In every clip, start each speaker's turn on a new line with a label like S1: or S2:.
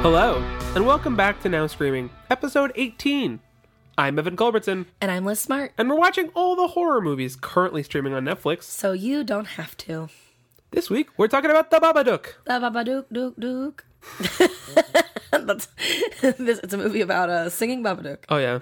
S1: Hello, and welcome back to Now Screaming, episode 18. I'm Evan Culbertson,
S2: And I'm Liz Smart,
S1: and we're watching all the horror movies currently streaming on Netflix.
S2: so you don't have to.
S1: This week, we're talking about The Babadook.
S2: Da ba ba dook dook dook. That's this. It's a movie about uh, singing Babadook.
S1: Oh, yeah.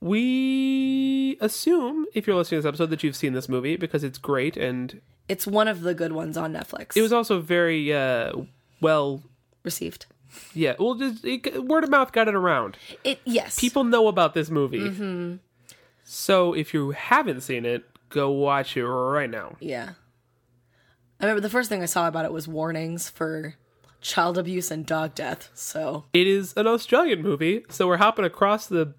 S1: We assume, if you're listening to this episode, that you've seen this movie because it's great and
S2: It's one of the good ones on Netflix.
S1: it was also very uh, well.
S2: received.
S1: Yeah, well, just, it, word of mouth got it around.
S2: It yes.
S1: People know about this movie. Mm-hmm. So if you haven't seen it, go watch it right now.
S2: Yeah. I remember the first thing I saw about it was warnings for child abuse and dog death. So
S1: It is an Australian movie, so we're hopping across the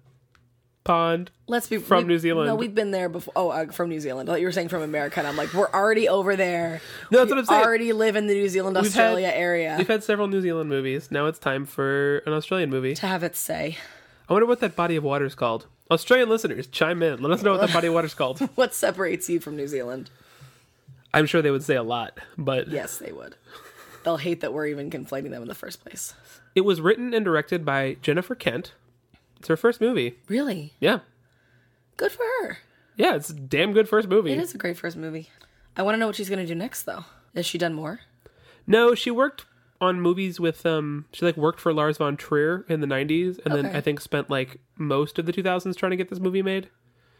S1: pond.
S2: let's be
S1: From
S2: we-
S1: New Zealand.
S2: No, we've been there before. Oh, uh, from New Zealand. I thought you were saying from America, and I'm like, we're already over there.
S1: No, that's
S2: We
S1: what I'm saying.
S2: Already live in the New Zealand
S1: We've had-
S2: Australia area
S1: We've had several New Zealand movies. Now it's time for an Australian movie.
S2: to have it say.
S1: I wonder what that body of water is called. Australian listeners, chime in. Let us know what that body of water is called.
S2: What separates you from New Zealand?
S1: I'm sure they would say a lot, but
S2: Yes, they would. They'll hate that we're even conflating them in the first place.
S1: it was written and directed by Jennifer Kent. It's her first movie.
S2: Really?
S1: Yeah.
S2: Good for her.
S1: Yeah, it's a damn good first movie.
S2: It is a great first movie. I want to know what she's going to do next, though. Has she done more?
S1: No, she worked on movies with um she like worked for Lars von Trier in the 90s and then
S2: Okay.
S1: I think spent like most of the 2000s trying to get this movie made.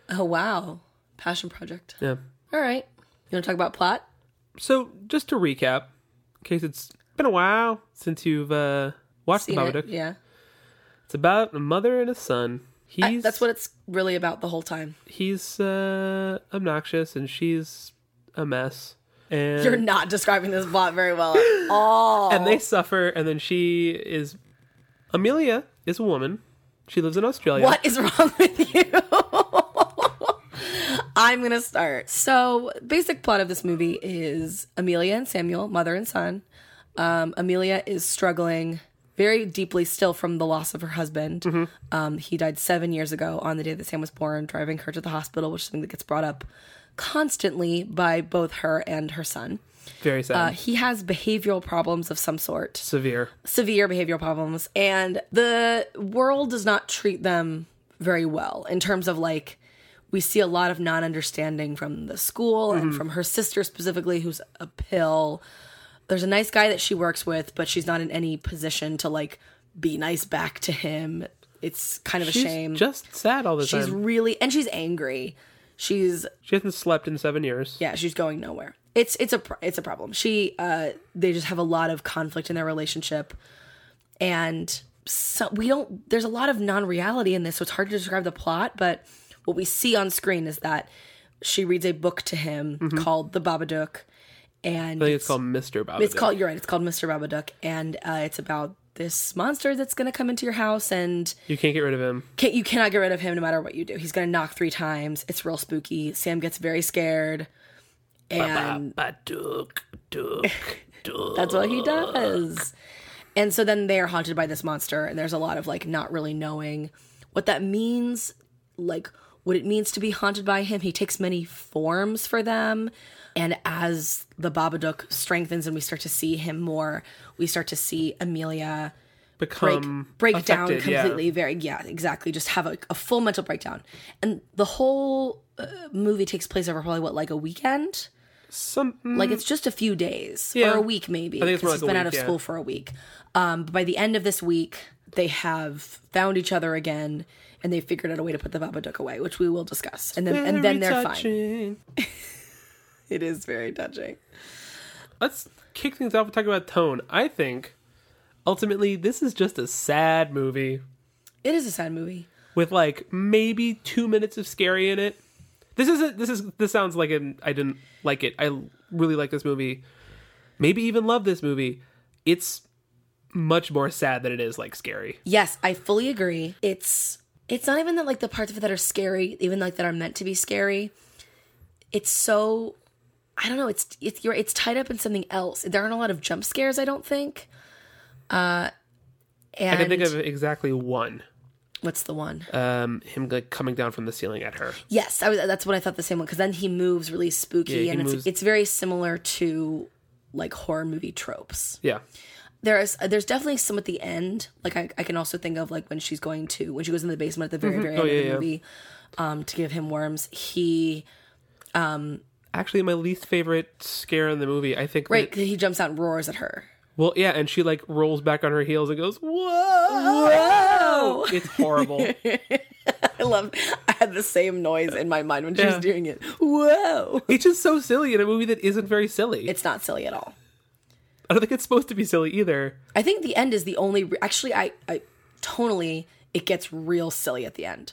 S2: Oh, wow. Passion Project.
S1: Yeah.
S2: All right. You want to talk about plot?
S1: So, just to recap, in case it's been a while since you've uh, watched
S2: Seen
S1: The
S2: it?
S1: Babadook,
S2: Yeah.
S1: it's about a mother and a son. He's
S2: I- that's what it's really about the whole time.
S1: he's uh, obnoxious and she's a mess, and
S2: You're not describing this plot very well at all.
S1: and they suffer, and then she is Amelia is a woman. She lives in Australia.
S2: What is wrong with you? I'm going to start. So, basic plot of this movie is Amelia and Samuel, mother and son. Um, Amelia is struggling very deeply still from the loss of her husband. Um, he died seven years ago on the day that Sam was born, driving her to the hospital, which is something that gets brought up constantly by both her and her son.
S1: Very
S2: Uh,
S1: sad,
S2: he has behavioral problems of some sort
S1: severe.
S2: severe behavioral problems and the world does not treat them very well in terms of like we see a lot of non-understanding from the school
S1: Mm-hmm.
S2: and from her sister specifically who's a pill there's a nice guy that she works with but she's not in any position to like be nice back to him it's kind of a
S1: She's
S2: shame
S1: just sad all the
S2: she's
S1: time.
S2: really and she's angry she's
S1: She hasn't slept in seven years.
S2: yeah, she's going nowhere. It's it's a pr- it's a problem. She uh they just have a lot of conflict in their relationship and so we don't there's a lot of non-reality in this, so it's hard to describe the plot, but what we see on screen is that she reads a book to him called The Babadook and
S1: I think Mm-hmm. it's called Mister Babadook.
S2: it's called. You're right. It's called Mr. Babadook, and uh, it's about this monster that's going to come into your house and
S1: you can't get rid of him.
S2: can you cannot get rid of him no matter what you do. He's going to knock three times. It's real spooky. Sam gets very scared. And
S1: Babadook, Duke, Duke.
S2: that's what he does. And so then they are haunted by this monster, and there's a lot of like not really knowing what that means, like what it means to be haunted by him. He takes many forms for them. And as the Babadook strengthens and we start to see him more, we start to see Amelia break,
S1: Become
S2: break down
S1: Um, affected, yeah.
S2: completely. Very, yeah, exactly. Just have a, a full mental breakdown. And the whole uh, movie takes place over probably what, like a weekend?
S1: Some
S2: Like it's just a few days
S1: Mm. Yeah.
S2: or a week, maybe.
S1: I think it's more
S2: because
S1: like
S2: he's
S1: a
S2: been out
S1: week,
S2: of
S1: yeah.
S2: school for a week. Um, but by the end of this week, they have found each other again, and they figured out a way to put the Babadook away, which we will discuss. And then, and then they're fine. It is very touching.
S1: Let's kick things off with talking about tone. I think ultimately this is just a sad movie
S2: It is a sad movie.
S1: with like maybe two minutes of scary in it. This isn't. This is. This sounds like an. I didn't like it. I really like this movie. Maybe even love this movie. It's much more sad than it is like scary.
S2: Yes, I fully agree. It's it's not even that like the parts of it that are scary, even like that are meant to be scary. It's so I don't know. It's it's you're it's tied up in something else. There aren't a lot of jump scares. I don't think. Uh, and
S1: I can think of exactly one.
S2: what's the one?
S1: Um, him like coming down from the ceiling at her.
S2: yes, I was, that's what I thought the same one. Because then he moves really spooky,
S1: Yeah, he
S2: and it's
S1: moves-
S2: it's very similar to like horror movie tropes.
S1: Yeah.
S2: there is there's definitely some at the end. Like I, I can also think of like when she's going to when she goes in the basement at the very very end
S1: Oh,
S2: of
S1: yeah,
S2: the
S1: yeah.
S2: movie, um, to give him worms. He
S1: Actually, my least favorite scare in the movie, I think.
S2: right he jumps out and roars at her.
S1: Well, yeah, and she like rolls back on her heels and goes, "Whoa!"
S2: Whoa!
S1: It's horrible.
S2: I love. I had the same noise in my mind when she
S1: Yeah.
S2: was doing it. Whoa!
S1: it's just so silly in a movie that isn't very silly.
S2: It's not silly at all.
S1: I don't think it's supposed to be silly either.
S2: I think the end is the only. Re- Actually, I, I tonally it gets real silly at the end.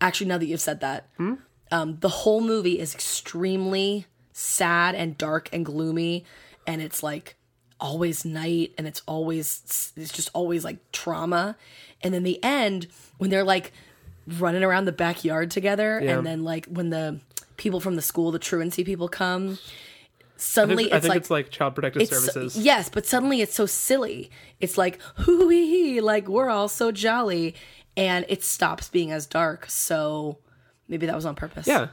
S2: Actually, now that you've said that,
S1: Hmm?
S2: um, the whole movie is extremely sad and dark and gloomy, and it's like always night, and it's always it's just always like trauma, and then the end when they're like running around the backyard together,
S1: Yeah.
S2: and then like when the people from the school, the truancy people come. Suddenly,
S1: I
S2: it's
S1: think
S2: like
S1: it's like child protective
S2: it's so-
S1: services.
S2: yes, but suddenly it's so silly. It's like hoo hee hee, like we're all so jolly, and it stops being as dark. So maybe that was on purpose.
S1: Yeah.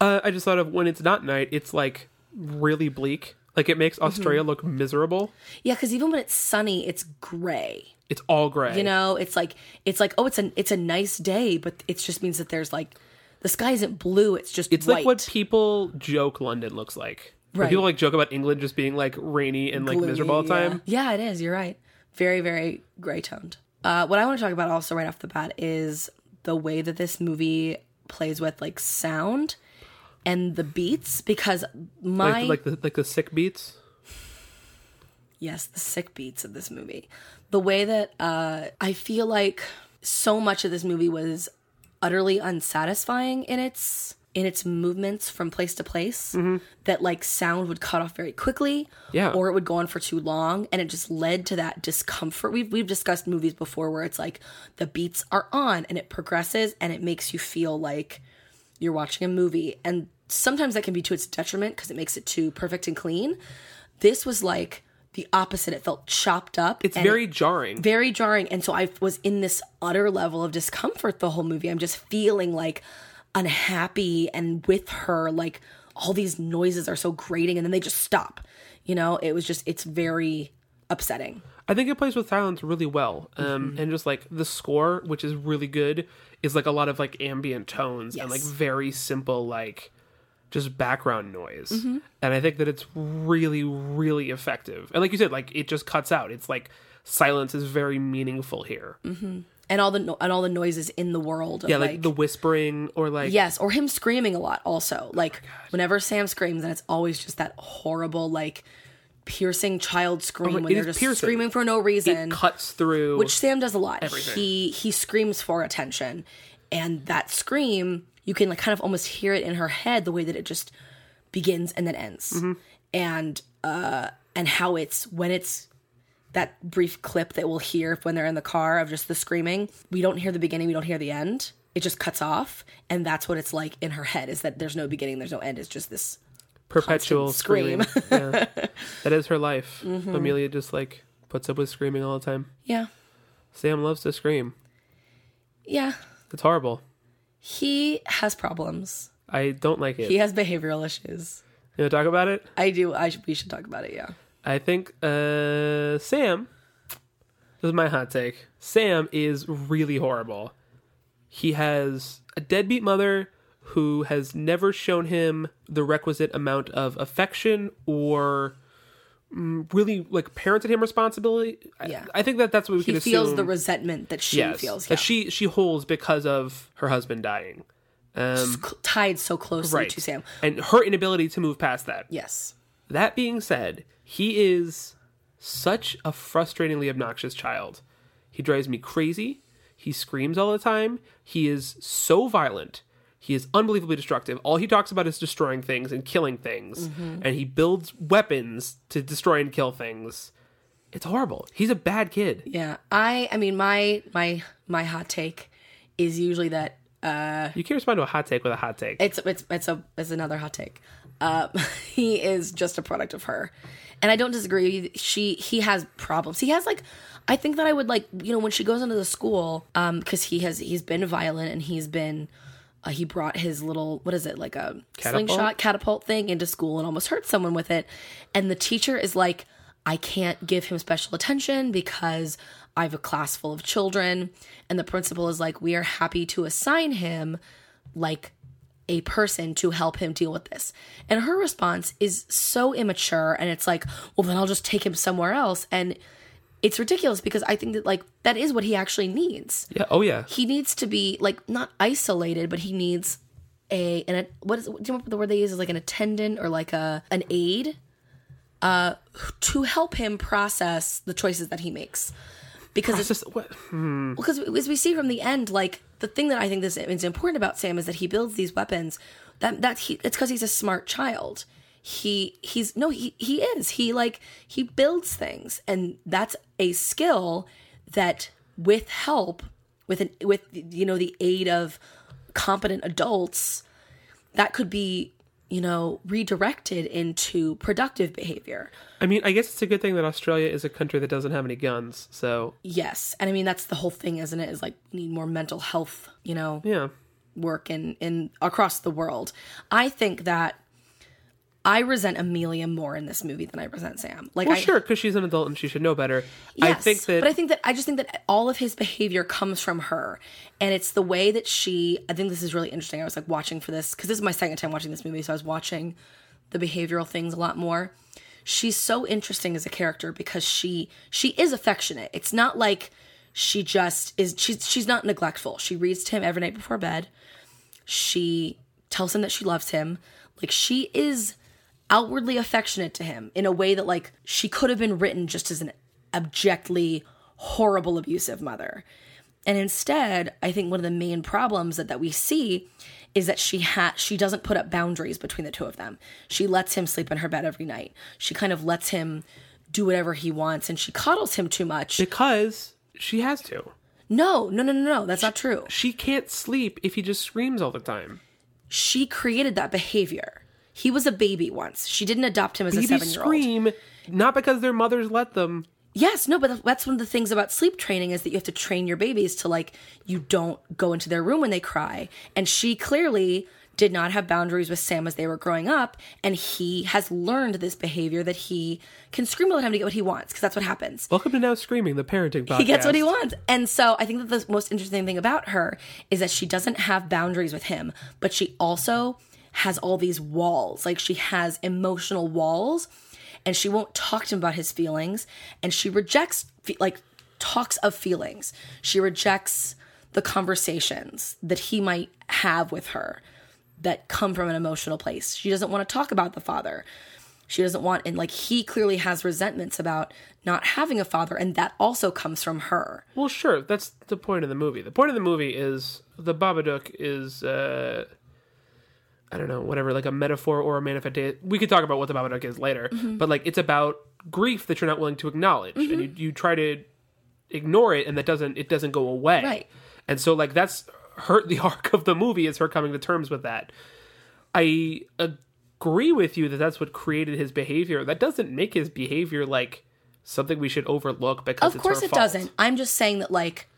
S1: Uh, I just thought of when it's not night, it's like really bleak. Like it
S2: Mm-hmm.
S1: makes Australia look miserable.
S2: yeah, because even when it's sunny, it's gray.
S1: It's all gray.
S2: You know, it's like it's like oh, it's an it's a nice day, but it just means that there's like the sky isn't blue. It's just
S1: it's
S2: white.
S1: like what people joke London looks like. When
S2: Right.
S1: people like joke about England just being like rainy and like
S2: gloomy,
S1: miserable all the
S2: yeah.
S1: time.
S2: Yeah, it is. You're right. Very, very gray toned. Uh, what I want to talk about also right off the bat is the way that this movie plays with like sound and the beats because my
S1: Like, like the like the sick beats.
S2: yes the sick beats of this movie the way that uh, i feel like so much of this movie was utterly unsatisfying in its in its movements from place to place that like sound would cut off very quickly
S1: Yeah.
S2: or it would go on for too long and it just led to that discomfort we've, we've discussed movies before where it's like the beats are on and it progresses and it makes you feel like you're watching a movie and sometimes that can be to its detriment because it makes it too perfect and clean this was like the opposite it felt chopped up
S1: It's
S2: and
S1: very jarring.
S2: very jarring and so i was in this utter level of discomfort the whole movie i'm just feeling like unhappy and with her like all these noises are so grating and then they just stop you know it was just it's very upsetting
S1: I think it plays with silence really well. Um, And just like the score, which is really good, is like a lot of like ambient tones and like
S2: Yes.
S1: very simple, like just background noise. And I think that it's really, really effective. And like you said, like it just cuts out. It's like silence is very meaningful here.
S2: and all the no- and all the noises in the world of,
S1: Yeah, like, the Oh whispering or like,
S2: Yes, or him screaming a lot also. Like whenever Sam screams, and it's always just that horrible, like piercing child scream
S1: my-
S2: when
S1: Oh, it
S2: they're
S1: is
S2: just
S1: piercing.
S2: screaming for no reason.
S1: it cuts through.
S2: which Sam does a lot.
S1: everything.
S2: He he screams for attention. And that scream, you can like kind of almost hear it in her head the way that it just begins and then ends. And uh and how it's when it's that brief clip that we'll hear when they're in the car of just the screaming. We don't hear the beginning, we don't hear the end. It just cuts off, and that's what it's like in her head is that there's no beginning, there's no end. It's just this
S1: perpetual
S2: scream.
S1: screaming. yeah. That is her life. Amelia just like puts up with screaming all the time.
S2: yeah.
S1: Sam loves to scream.
S2: Yeah.
S1: It's horrible.
S2: He has problems.
S1: I don't like it.
S2: He has behavioral issues.
S1: You want to talk about it?
S2: I do I should we should talk about it, yeah.
S1: I think uh, Sam. This is my hot take. Sam is really horrible. He has a deadbeat mother who has never shown him the requisite amount of affection or mm, really like parented him responsibility. I-
S2: Yeah.
S1: I, think that that's what we
S2: he
S1: could
S2: feels
S1: assume.
S2: the resentment that she
S1: yes,
S2: feels yeah.
S1: that she she holds because of her husband dying,
S2: It's cl- tied so closely
S1: right?
S2: to Sam.
S1: and her inability to move past that.
S2: Yes.
S1: That being said, he is such a frustratingly obnoxious child. He drives me crazy. He screams all the time. He is so violent. He is unbelievably destructive. All he talks about is destroying things and killing things. And he builds weapons to destroy and kill things. It's horrible. He's a bad kid.
S2: Yeah. I I mean my my my hot take is usually that
S1: You can't respond to a hot take with a hot take.
S2: it's it's it's a it's another hot take. Uh, he is just a product of her, and I don't disagree. She he has problems. He has like I think that I would like you know when she goes into the school um because he has he's been violent and he's been. Uh, he brought his little what is it like a
S1: Catapult?
S2: slingshot catapult thing into school and almost hurt someone with it and the teacher is like I can't give him special attention because I have a class full of children. And the principal is like, we are happy to assign him like a person to help him deal with this. And her response is so immature. And it's like, well, then I'll just take him somewhere else. And it's ridiculous because I think that, like, that is what he actually needs
S1: Yeah. Oh yeah.
S2: he needs to be like not isolated, but he needs a and what is do you remember the word they use is like an attendant or like a an aide uh to help him process the choices that he makes because
S1: It's just what
S2: because as we see from the end, like the thing that I think this is important about Sam is that he builds these weapons. That that he it's because he's a smart child. He he's no he he is he like he builds things, and that's a skill that with help with an with you know the aid of competent adults that could be you know redirected into productive behavior
S1: I mean. I guess it's a good thing that Australia is a country that doesn't have any guns. So
S2: yes and i mean that's the whole thing isn't it is like we need more mental health you know
S1: yeah.
S2: work in in across the world. I think that I resent Amelia more in this movie than I resent Sam. Like
S1: Well,
S2: I
S1: sure, because she's an adult and she should know better. I
S2: yes,
S1: think that
S2: but I think that I just think that all of his behavior comes from her, and it's the way that she. I think this is really interesting. I was like watching for this because this is my second time watching this movie, so I was watching the behavioral things a lot more. She's so interesting as a character because she she is affectionate. It's not like she just is. She's she's not neglectful. She reads to him every night before bed. She tells him that she loves him. Like she is outwardly affectionate to him in a way that like she could have been written just as an abjectly horrible abusive mother and instead i think one of the main problems that, that we see is that she ha- she doesn't put up boundaries between the two of them she lets him sleep in her bed every night she kind of lets him do whatever he wants and she coddles him too much
S1: because she has to.
S2: no no no no no that's not true
S1: She can't sleep if he just screams all the time.
S2: she created that behavior he was a baby once she didn't adopt him as a
S1: Babies
S2: seven-year-old
S1: scream not because their mothers let them.
S2: Yes, no, but that's one of the things about sleep training is that you have to train your babies to like you don't go into their room when they cry. And she clearly did not have boundaries with Sam as they were growing up, and he has learned this behavior that he can scream all the time to get what he wants because that's what happens.
S1: Welcome to now screaming the parenting podcast.
S2: He gets what he wants. And so I think that the most interesting thing about her is that she doesn't have boundaries with him, but she also has all these walls. Like she has emotional walls and she won't talk to him about his feelings and she rejects fe- like talks of feelings. She rejects the conversations that he might have with her that come from an emotional place. She doesn't want to talk about the father. She doesn't want, and like he clearly has resentments about not having a father, and that also comes from her.
S1: Well, sure. That's the point of the movie. The point of the movie is the Babadook is, uh, I don't know, whatever, like a metaphor or a manifestation. We could talk about what the Babadook is later,
S2: Mm-hmm.
S1: but like it's about grief that you're not willing to acknowledge, and you, you try to ignore it, and that doesn't it doesn't go away.
S2: Right.
S1: And so like that's her. The arc of the movie is her coming to terms with that. I agree with you that that's what created his behavior. That doesn't make his behavior like something we should overlook because
S2: Of
S1: it's
S2: course,
S1: her
S2: it
S1: fault.
S2: doesn't. I'm just saying that, like,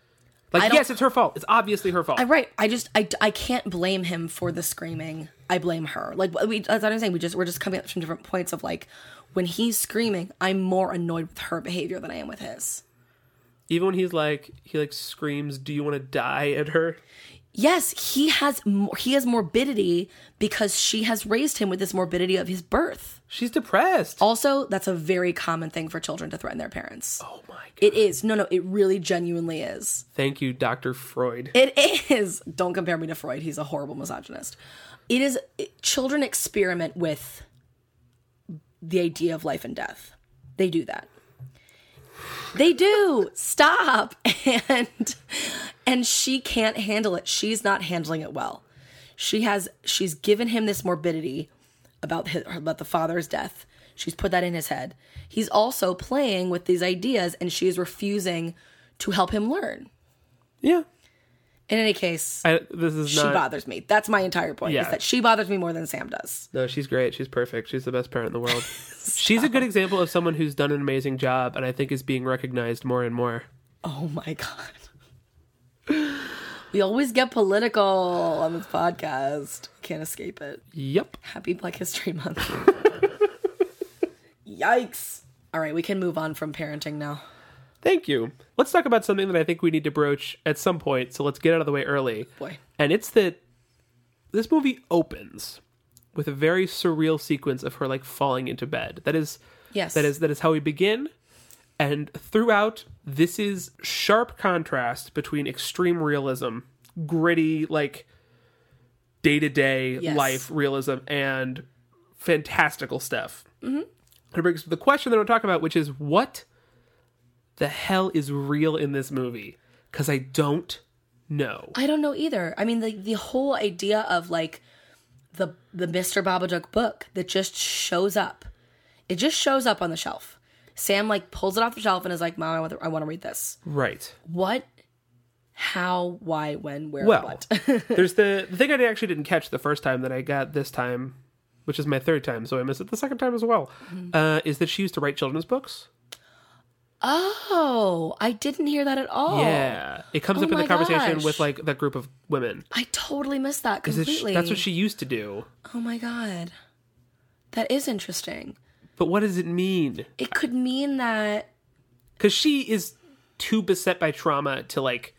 S1: Like,
S2: don't-
S1: yes, it's her fault. It's obviously her fault.
S2: I- right. I just, I, I can't blame him for the screaming. I blame her. Like, we, as I was saying, we just, we're just coming up from different points of like, when he's screaming, I'm more annoyed with her behavior than I am with his.
S1: Even when he's like, he like screams, "Do you want to die?" at her.
S2: Yes, he has, more, he has morbidity because she has raised him with this morbidity of his birth.
S1: She's depressed.
S2: Also, that's a very common thing for children to threaten their parents.
S1: oh my god!
S2: It is. No, no, it really genuinely is.
S1: Thank you, Doctor Freud.
S2: It is. Don't compare me to Freud. He's a horrible misogynist. It is. it- children experiment with the idea of life and death. They do that. They do. Stop. And and she can't handle it. She's not handling it well. She has she's given him this morbidity about his, about the father's death. She's put that in his head. He's also playing with these ideas and she is refusing to help him learn.
S1: yeah,
S2: In any case,
S1: I, this is
S2: she
S1: not.
S2: bothers me. That's my entire point.
S1: Yeah.
S2: Is that she bothers me more than Sam does.
S1: no, she's great. She's perfect. She's the best parent in the world. she's a good example of someone who's done an amazing job, and I think is being recognized more and more.
S2: Oh my god. We always get political on this podcast. Can't escape it.
S1: Yep.
S2: Happy Black History Month. Yikes. All right, we can move on from parenting now.
S1: Thank you. Let's talk about something that I think we need to broach at some point, so let's get out of the way early.
S2: Boy.
S1: And it's that this movie opens with a very surreal sequence of her like falling into bed. That is
S2: Yes.
S1: that is that is how we begin. And throughout, this is sharp contrast between extreme realism, gritty, like day to day
S2: Yes.
S1: life realism, and fantastical stuff. Mm-hmm. It brings us to the question that I want to talk about, which is what the hell is real in this movie? Because I don't know.
S2: I don't know either. I mean, the the whole idea of like the the Mr. Babadook book that just shows up. It just shows up on the shelf. Sam like pulls it off the shelf and is like, "Mom, I want to, I want to read this."
S1: Right.
S2: What? How? Why? When? Where?
S1: Well,
S2: What?
S1: there's the, the thing I actually didn't catch the first time that I got this time, which is my third time, so I missed it the second time as well.
S2: Mm-hmm.
S1: Uh, is that she used to write children's books?
S2: Oh, I didn't hear that at all.
S1: Yeah, it comes
S2: Oh
S1: up in
S2: my
S1: the conversation
S2: gosh.
S1: with like that group of women.
S2: I totally missed that
S1: Is it sh-
S2: completely.
S1: that's what she used to do.
S2: Oh my god, that is interesting.
S1: But what does it mean?
S2: It could mean that
S1: Because she is too beset by trauma to like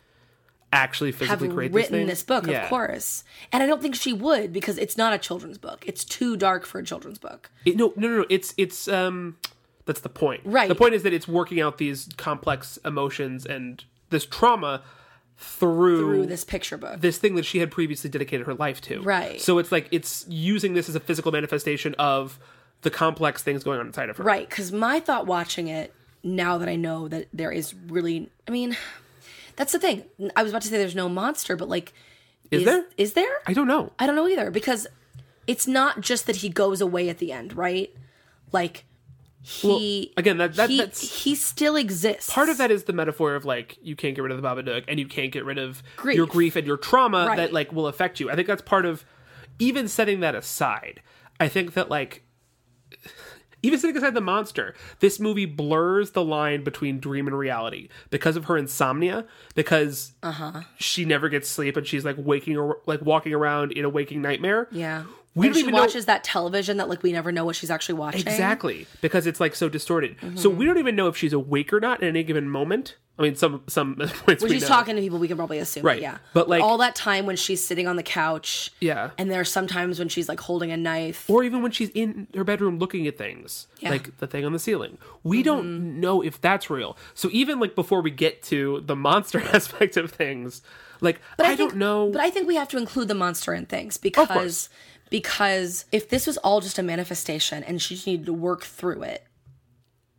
S1: actually
S2: have
S1: physically create
S2: written
S1: this
S2: this,
S1: thing.
S2: book,
S1: Yeah.
S2: of course. And I don't think she would because it's not a children's book. It's too dark for a children's book.
S1: It- no, no, no, no. It's it's um, that's the point.
S2: Right.
S1: The point is that it's working out these complex emotions and this trauma through,
S2: Through this picture book.
S1: this thing that she had previously dedicated her life to.
S2: Right.
S1: So it's like it's using this as a physical manifestation of the complex things going on inside of her.
S2: right. Because my thought watching it, now that I know that there is really, I mean, that's the thing. I was about to say there's no monster, but like,
S1: Is there?
S2: Is there?
S1: I don't know.
S2: I don't know either because it's not just that he goes away at the end, right? Like, he
S1: Well, again, that- that-
S2: he,
S1: that's-
S2: he still exists.
S1: part of that is the metaphor of like you can't get rid of the Babadook and you can't get rid of
S2: Grief.
S1: your grief and your trauma
S2: Right.
S1: that like will affect you. I think that's part of even setting that aside. I think that like even setting aside the monster, this movie blurs the line between dream and reality because of her insomnia. Because
S2: Uh-huh.
S1: she never gets sleep and she's like waking or like walking around in a waking nightmare.
S2: yeah.
S1: We
S2: and
S1: don't
S2: she
S1: even know-
S2: watches that television that like we never know what she's actually watching.
S1: Exactly, because it's like so distorted. So
S2: Mm-hmm.
S1: we don't even know if she's awake or not at any given moment. I mean, some some points
S2: When
S1: we
S2: she's
S1: know.
S2: talking to people, we can probably assume.
S1: Right.
S2: Right. Yeah.
S1: But, like-
S2: all that time when she's sitting on the couch.
S1: Yeah.
S2: And there's sometimes when she's like holding a knife.
S1: or even when she's in her bedroom looking at things
S2: Yeah. Mm-hmm.
S1: like the thing on the ceiling we don't know if that's real so even like before we get to the monster aspect of things like I,
S2: think-
S1: don't know
S2: But I think we have to include the monster in things because because if this was all just a manifestation and she just needed to work through it,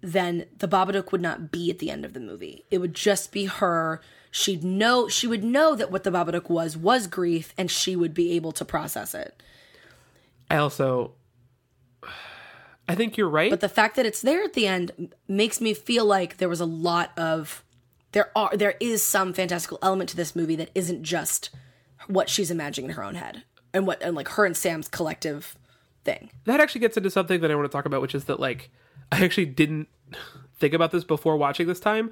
S2: then the Babadook would not be at the end of the movie. It would just be her. She'd know she would know that what the Babadook was was grief, and she would be able to process it.
S1: I also i think you're right
S2: But the fact that it's there at the end m- makes me feel like there was a lot of there are there is some fantastical element to this movie that isn't just what she's imagining in her own head and what and like her and Sam's collective thing.
S1: that actually gets into something that I want to talk about, which is that like I actually didn't think about this before watching this time.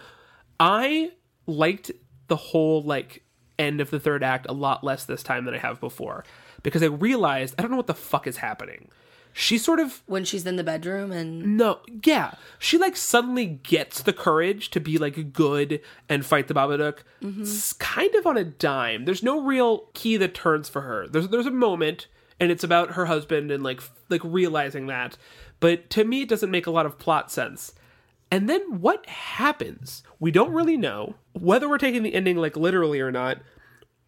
S1: I liked the whole like end of the third act a lot less this time than I have before because I realized I don't know what the fuck is happening. She sort of
S2: When she's in the bedroom and
S1: no, yeah. She like suddenly gets the courage to be like good and fight the Babadook, s- kind of on a dime. There's no real key that turns for her. There's there's a moment, and it's about her husband and like f- like realizing that. But to me, it doesn't make a lot of plot sense. And then what happens? We don't really know whether we're taking the ending like literally or not.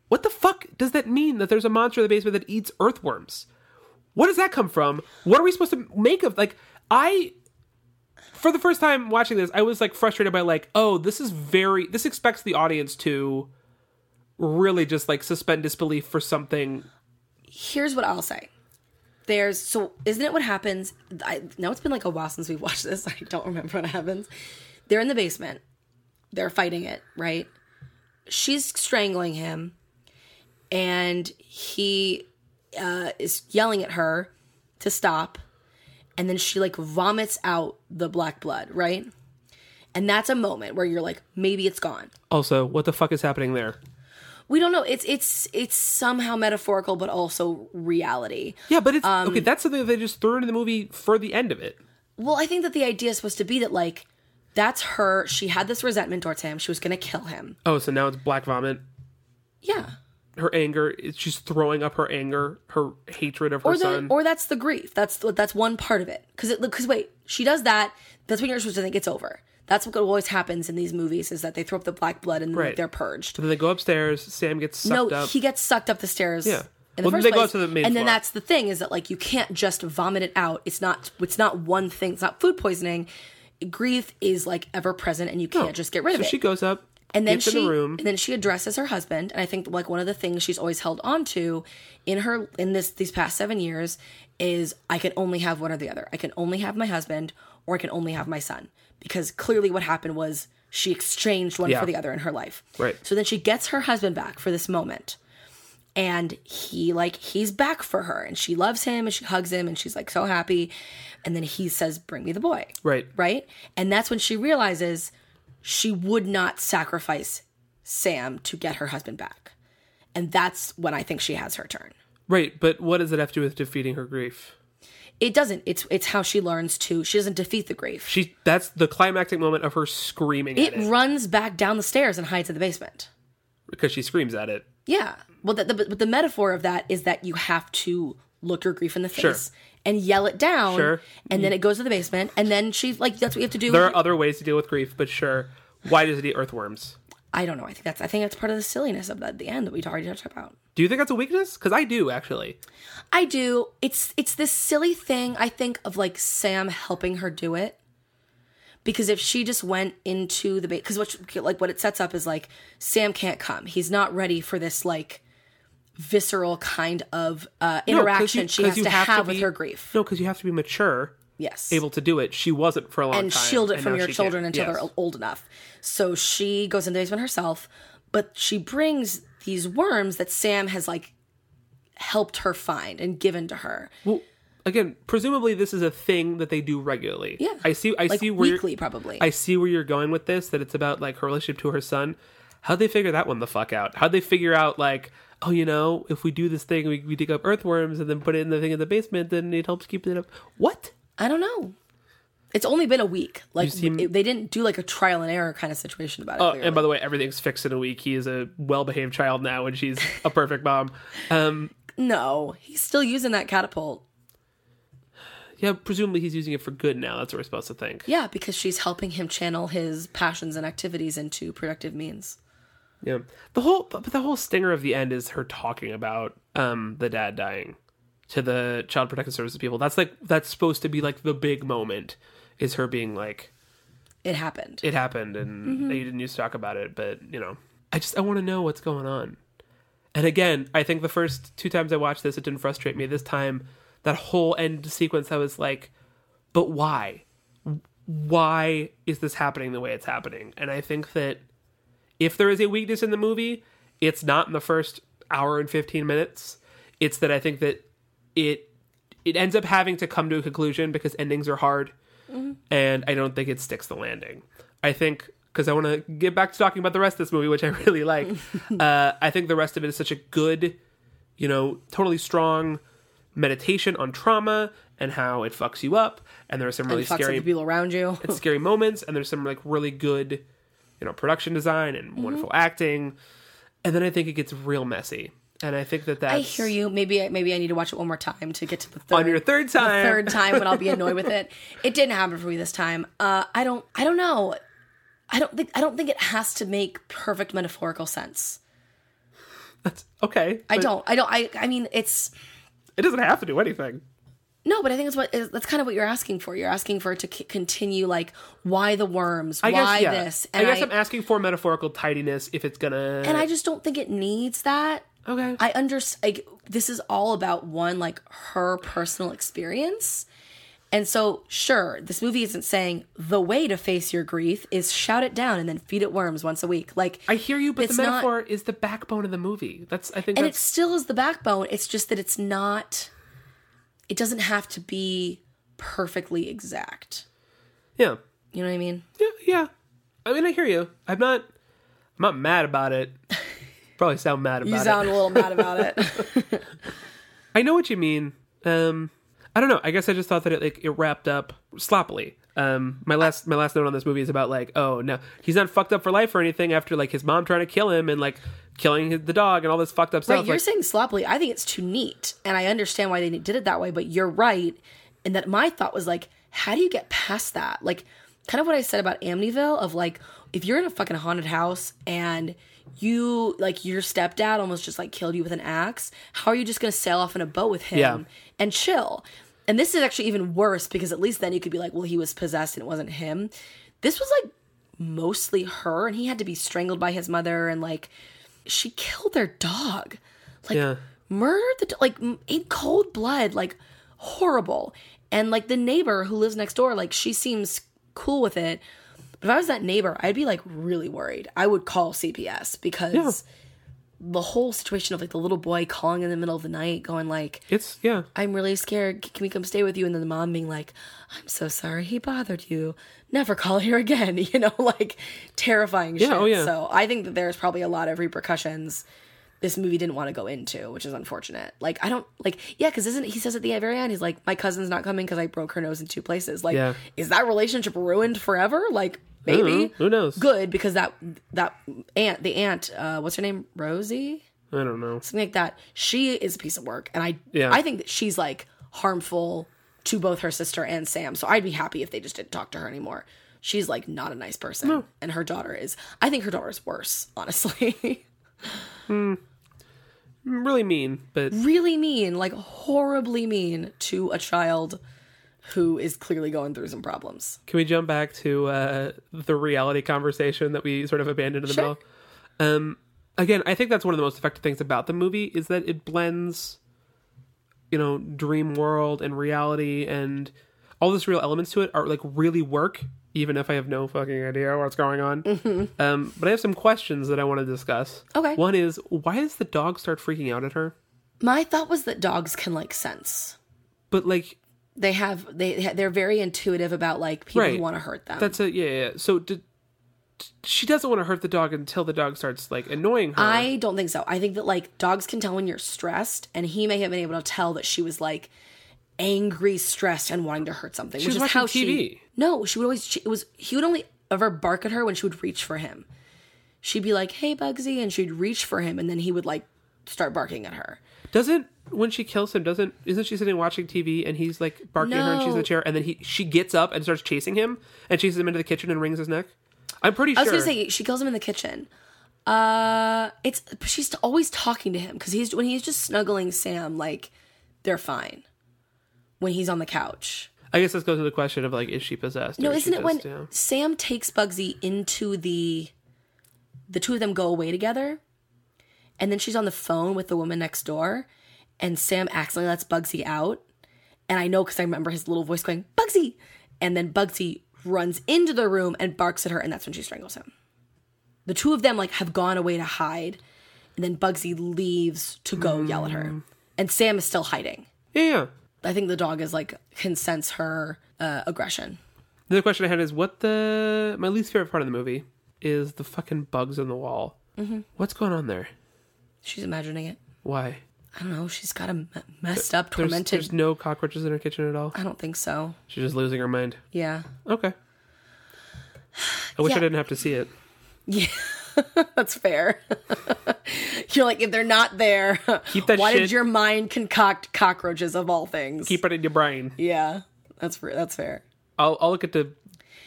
S1: What the fuck does that mean that there's a monster in the basement that eats earthworms? What does that come from? What are we supposed to make of like I for the first time watching this, I was like frustrated by like, oh, this is very this expects the audience to really just like suspend disbelief for something.
S2: here's what I'll say. There's so isn't it what happens? I know it's been like a while since we've watched this. I don't remember what happens. They're in the basement. They're fighting it, right? She's strangling him and he uh, is yelling at her to stop. And then she like vomits out the black blood, right? And that's a moment where you're like, maybe it's gone
S1: Also, what the fuck is happening there?
S2: we don't know it's it's it's somehow metaphorical but also reality Um,
S1: Yeah, but it's okay. That's something that they just threw into the movie for the end of it.
S2: Well, I think that the idea is supposed to be that like that's her. She had this resentment towards him. She was going to kill him.
S1: Oh, so now it's black vomit.
S2: Yeah.
S1: Her anger. it- She's throwing up her anger, her hatred of her
S2: Or the,
S1: son.
S2: or that's the grief. That's that's one part of it. Because it because wait, she does that. That's when you're supposed to think it's over. That's what always happens in these movies is that they throw up the black blood and
S1: Right.
S2: they're purged.
S1: so then they go upstairs. Sam gets
S2: No,
S1: sucked up.
S2: he gets sucked up the stairs.
S1: Yeah.
S2: In the
S1: Well,
S2: first
S1: they go
S2: place.
S1: up to the main
S2: and then
S1: floor.
S2: that's the thing is that like you can't just vomit it out. It's not it's not one thing. It's not food poisoning. Grief is like ever present and you can't just get rid
S1: so
S2: of it.
S1: she goes up.
S2: and then
S1: gets
S2: she
S1: in the room.
S2: and then she addresses her husband and i think like one of the things she's always held on to in her in this these past seven years is i can only have one or the other i can only have my husband or i can only have my son because clearly what happened was she exchanged one
S1: Yeah.
S2: for the other in her life
S1: Right.
S2: so then she gets her husband back for this moment and he like he's back for her and she loves him and she hugs him and she's like so happy and then he says bring me the boy
S1: Right.
S2: right? And that's when she realizes she would not sacrifice Sam to get her husband back. And that's when I think she has her turn.
S1: Right. But what does it have to do with defeating her grief?
S2: It doesn't. It's it's how she learns to she doesn't defeat the grief.
S1: She. That's the climactic moment of her screaming
S2: It
S1: at it
S2: runs back down the stairs and hides in the basement.
S1: because she screams at it.
S2: Yeah. Well, the, the, but the metaphor of that is that you have to look your grief in the face
S1: Sure.
S2: and yell it down.
S1: Sure.
S2: And then it goes to the basement. And then she, like, that's what you have to do.
S1: There are other ways to deal with grief, but sure. Why does it eat earthworms?
S2: I don't know. I think that's I think that's part of the silliness of that, the end that we already talked about.
S1: Do you think that's a weakness? Because I do actually.
S2: I do. It's it's this silly thing I think of like Sam helping her do it. Because if she just went into the because what like what it sets up is like Sam can't come. He's not ready for this like visceral kind of uh,
S1: No, 'cause
S2: interaction
S1: you-
S2: she
S1: 'cause
S2: has
S1: you
S2: to have, with
S1: be-
S2: her grief.
S1: No, because you have to be mature,
S2: Yes,
S1: able to do it. She wasn't for a long
S2: and
S1: time,
S2: shield it from
S1: now
S2: your
S1: she
S2: children
S1: can.
S2: until
S1: Yes.
S2: they're old enough. So she goes in the basement herself, but she brings these worms that Sam has like helped her find and given to her.
S1: Well, again, presumably this is a thing that they do regularly.
S2: Yeah.
S1: I see. I
S2: like
S1: see where you're-
S2: weekly probably.
S1: I see where you're going with this. That it's about like her relationship to her son. How'd they figure that one the fuck out? How'd they figure out like, oh, you know, if we do this thing, we, we dig up earthworms and then put it in the thing in the basement, then it helps keep it up. What?
S2: I don't know. It's only been a week. Like
S1: seem-
S2: it- they didn't do like a trial and error kind of situation about it.
S1: Oh,
S2: clearly.
S1: and by the way, everything's fixed in a week. He is a well-behaved child now, and she's a perfect mom. Um,
S2: no, he's still using that catapult.
S1: yeah, presumably he's using it for good now. That's what we're supposed to think.
S2: Yeah, because she's helping him channel his passions and activities into productive means.
S1: Yeah. The whole but the whole stinger of the end is her talking about um the dad dying to the child protective services people. That's like that's supposed to be like the big moment is her being like
S2: It happened.
S1: it happened and they didn't used to talk about it, but you know. I just I want to know what's going on. And again, I think the first two times I watched this it didn't frustrate me. This time that whole end sequence I was like, but why? Why is this happening the way it's happening? And I think that if there is a weakness in the movie, it's not in the first hour and 15 minutes. It's that I think that it it ends up having to come to a conclusion because endings are hard and I don't think it sticks the landing. I think because I want to get back to talking about the rest of this movie, which I really like. uh, I think the rest of it is such a good, you know, totally strong meditation on trauma and how it fucks you up. And there are some really
S2: it fucks
S1: scary
S2: up the people around you.
S1: and scary moments and there's some like really good you know production design and
S2: Mm-hmm.
S1: wonderful acting and then i think it gets real messy and i think that that's
S2: I hear you. Maybe I- maybe I need to watch it one more time to get to the third
S1: on your third time
S2: third time when I'll be annoyed with it. It didn't happen for me this time. Uh, I don't. I don't know. I don't think. I don't think it has to make perfect metaphorical sense.
S1: that's okay
S2: I
S1: but
S2: don't. I don't. I. I mean, it's
S1: it doesn't have to do anything
S2: no, but I think it's what is, that's kind of what you're asking for. You're asking for it to c- continue, like why the worms,
S1: i guess
S2: why
S1: yeah.
S2: this,
S1: i
S2: and
S1: guess
S2: I,
S1: I, am asking for metaphorical tidiness if it's gonna
S2: and I just don't think it needs that.
S1: okay
S2: I understand. Like, this is all about one, like her personal experience. And so, sure, this movie isn't saying the way to face your grief is shout it down and then feed it worms once a week. Like,
S1: I hear you but the
S2: it's not-
S1: metaphor is the backbone of the movie that's i think
S2: and it
S1: that's
S2: still is the backbone. It's just that it's not. It doesn't have to be perfectly exact.
S1: yeah
S2: You know what I mean?
S1: yeah yeah i mean i hear you i'm not i'm not mad about it probably sound mad about
S2: You
S1: it
S2: sound a little mad about it.
S1: I know what you mean. Um, I don't know. I guess I just thought that it like it wrapped up sloppily. Um, my last my last note on this movie is about like, oh no, he's not fucked up for life or anything after like his mom trying to kill him and like killing his, the dog and all this fucked up stuff.
S2: Right, you're
S1: like,
S2: saying sloppily. I think it's too neat, and I understand why they did it that way. But you're right in that my thought was like, how do you get past that? Like, kind of what I said about Amityville of like, if you're in a fucking haunted house and you like your stepdad almost just like killed you with an axe, how are you just gonna sail off in a boat with him
S1: Yeah.
S2: and chill? And this is actually even worse because at least then you could be like, well, he was possessed and it wasn't him. This was like mostly her, and he had to be strangled by his mother, and like she killed their dog like
S1: Yeah.
S2: murdered the do- like m- in cold blood like horrible and like the neighbor who lives next door like she seems cool with it but if i was that neighbor i'd be like really worried i would call cps because the whole situation of like the little boy calling in the middle of the night going like
S1: it's yeah,
S2: i'm really scared C- can we come stay with you and then the mom being like i'm so sorry he bothered you never call here again you know like terrifying shit
S1: oh yeah.
S2: so i think that there's probably a lot of repercussions this movie didn't want to go into, which is unfortunate. Like I don't like yeah, because isn't he says at the very end he's like my cousin's not coming because I broke her nose in two places. Like
S1: Yeah.
S2: is that relationship ruined forever? Like maybe
S1: know. Who knows?
S2: Good because that that aunt the aunt uh, what's her name Rosie
S1: I don't know.
S2: something like that. She is a piece of work, and I
S1: Yeah.
S2: I think that she's like harmful to both her sister and Sam. So I'd be happy if they just didn't talk to her anymore. She's like not a nice person, and her daughter is. I think her daughter is worse, honestly.
S1: Really mean, but
S2: really mean, like horribly mean to a child who is clearly going through some problems.
S1: Can we jump back to uh, the reality conversation that we sort of abandoned in the
S2: Sure.
S1: middle? Um, again, I think that's one of the most effective things about the movie is that it blends, you know, dream world and reality, and all this real elements to it are like really work, even if I have no fucking idea what's going on. Um, but I have some questions that I want to discuss.
S2: Mm-hmm. Okay.
S1: One is why does the dog start freaking out at her?
S2: My thought was that dogs can like sense.
S1: But like
S2: They have they they're very intuitive about like people
S1: Right.
S2: who want to hurt them.
S1: that's a yeah yeah. yeah. So did. She doesn't want to hurt the dog until the dog starts like annoying her.
S2: I don't think so. I think that like dogs can tell when you're stressed, and he may have been able to tell that she was like angry, stressed, and wanting to hurt something.
S1: was
S2: which is
S1: watching
S2: how
S1: TV.
S2: she. No, she would always. She, it was he would only ever bark at her when she would reach for him. She'd be like, "Hey, Bugsy," and she'd reach for him, and then he would like start barking at her.
S1: Doesn't when she kills him? Doesn't isn't she sitting watching TV and he's like barking at her and she's in the
S2: No.
S1: chair and then he she gets up and starts chasing him and chases him into the kitchen and wrings his neck. I'm pretty
S2: I was
S1: sure.
S2: gonna say she kills him in the kitchen. Uh, it's she's always talking to him because he's when he's just snuggling Sam, like they're fine. When he's on the couch,
S1: I guess this goes to the question of like, is she possessed?
S2: No,
S1: or is she
S2: isn't it when
S1: just, yeah.
S2: Sam takes Bugsy into the the two of them go away together and then she's on the phone with the woman next door and Sam accidentally lets Bugsy out and I know cuz I remember his little voice going Bugsy and then Bugsy runs into the room and barks at her and that's when she strangles him. The two of them like have gone away to hide and then Bugsy leaves to go yell at her
S1: Mm.
S2: and Sam is still hiding.
S1: yeah, yeah.
S2: I think the dog is like can sense her uh, aggression.
S1: The other question I had is what the my least favorite part of the movie is the fucking bugs on the wall. Mm-hmm. What's going on there?
S2: She's imagining it.
S1: Why?
S2: I don't know. She's got a me- messed up,
S1: There's,
S2: tormented.
S1: there's no cockroaches in her kitchen at all.
S2: I don't think so.
S1: She's just losing her mind.
S2: Yeah,
S1: Okay. I wish I
S2: Yeah.
S1: didn't have to see it.
S2: that's fair. You're like, if they're not there,
S1: Keep that
S2: why
S1: shit-
S2: did your mind concoct cockroaches of all things?
S1: Keep it in your brain.
S2: yeah, that's fair- that's fair.
S1: I'll I'll look at the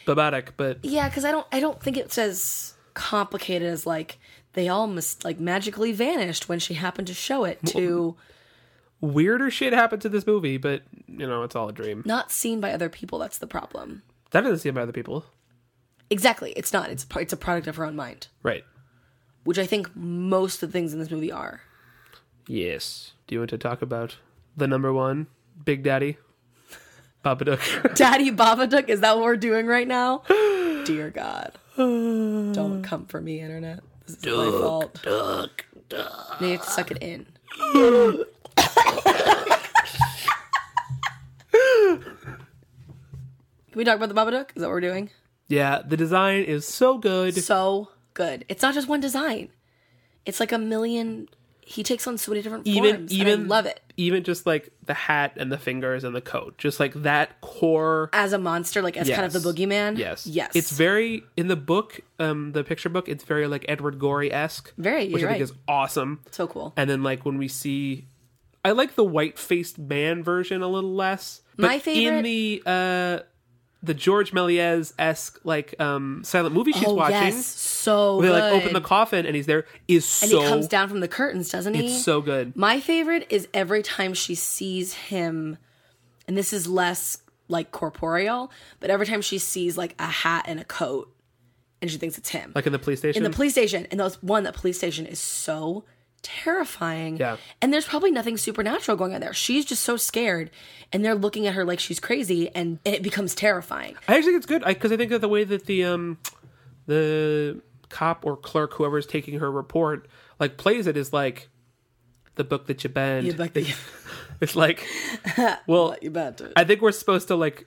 S1: babatic, but
S2: Yeah, because I don't I don't think it's as complicated as like they all mis- like magically vanished when she happened to show it to
S1: weirder shit happened to this movie, but you know, it's all a dream.
S2: not seen by other people. That's the problem.
S1: That doesn't seem by other people.
S2: Exactly. It's not. It's pro- it's a product of her own mind,
S1: Right.
S2: which I think most of the things in this movie are.
S1: Yes. Do you want to talk about the number one, Big Daddy? Babadook.
S2: Daddy Babadook, is that what we're doing right now? Dear God. Don't come for me, internet. This is my fault.
S1: Duck.
S2: Now you have to suck it in. Can we talk about the Babadook? Is that what we're doing?
S1: Yeah, the design is so good.
S2: So good. It's not just one design. It's like a million he takes on so many different
S1: Even-
S2: forms. and I
S1: even-
S2: love it
S1: Even just like the hat and the fingers and the coat, just like that core.
S2: as a monster, like as kind of the
S1: Yes.
S2: boogeyman.
S1: Yes,
S2: yes,
S1: It's very in the book, um, the picture book. It's very like Edward Gorey esque,
S2: Very,
S1: which
S2: you're
S1: I think
S2: right.
S1: is awesome.
S2: so cool.
S1: And then like when we see, I like the white faced man version a little less. But
S2: My favorite-
S1: in the uh, the George Méliès esque like um silent movie she's
S2: oh
S1: watching.
S2: yes, so
S1: They
S2: good.
S1: like open the coffin and he's there. Is
S2: and
S1: so
S2: he comes down from the curtains, doesn't he?
S1: it's so good.
S2: My favorite is every time she sees him, and this is less like corporeal, but every time she sees like a hat and a coat, and she thinks it's him.
S1: Like in the police station.
S2: in the police station, and those one that police station is so terrifying.
S1: Yeah.
S2: And there's probably nothing supernatural going on there. She's just so scared, and they're looking at her like she's crazy, and it becomes terrifying.
S1: I actually think it's good because I, think that the way that the um the cop or clerk, whoever's taking her report, like plays it is like the book that you bend. It's like, well, I think we're supposed to like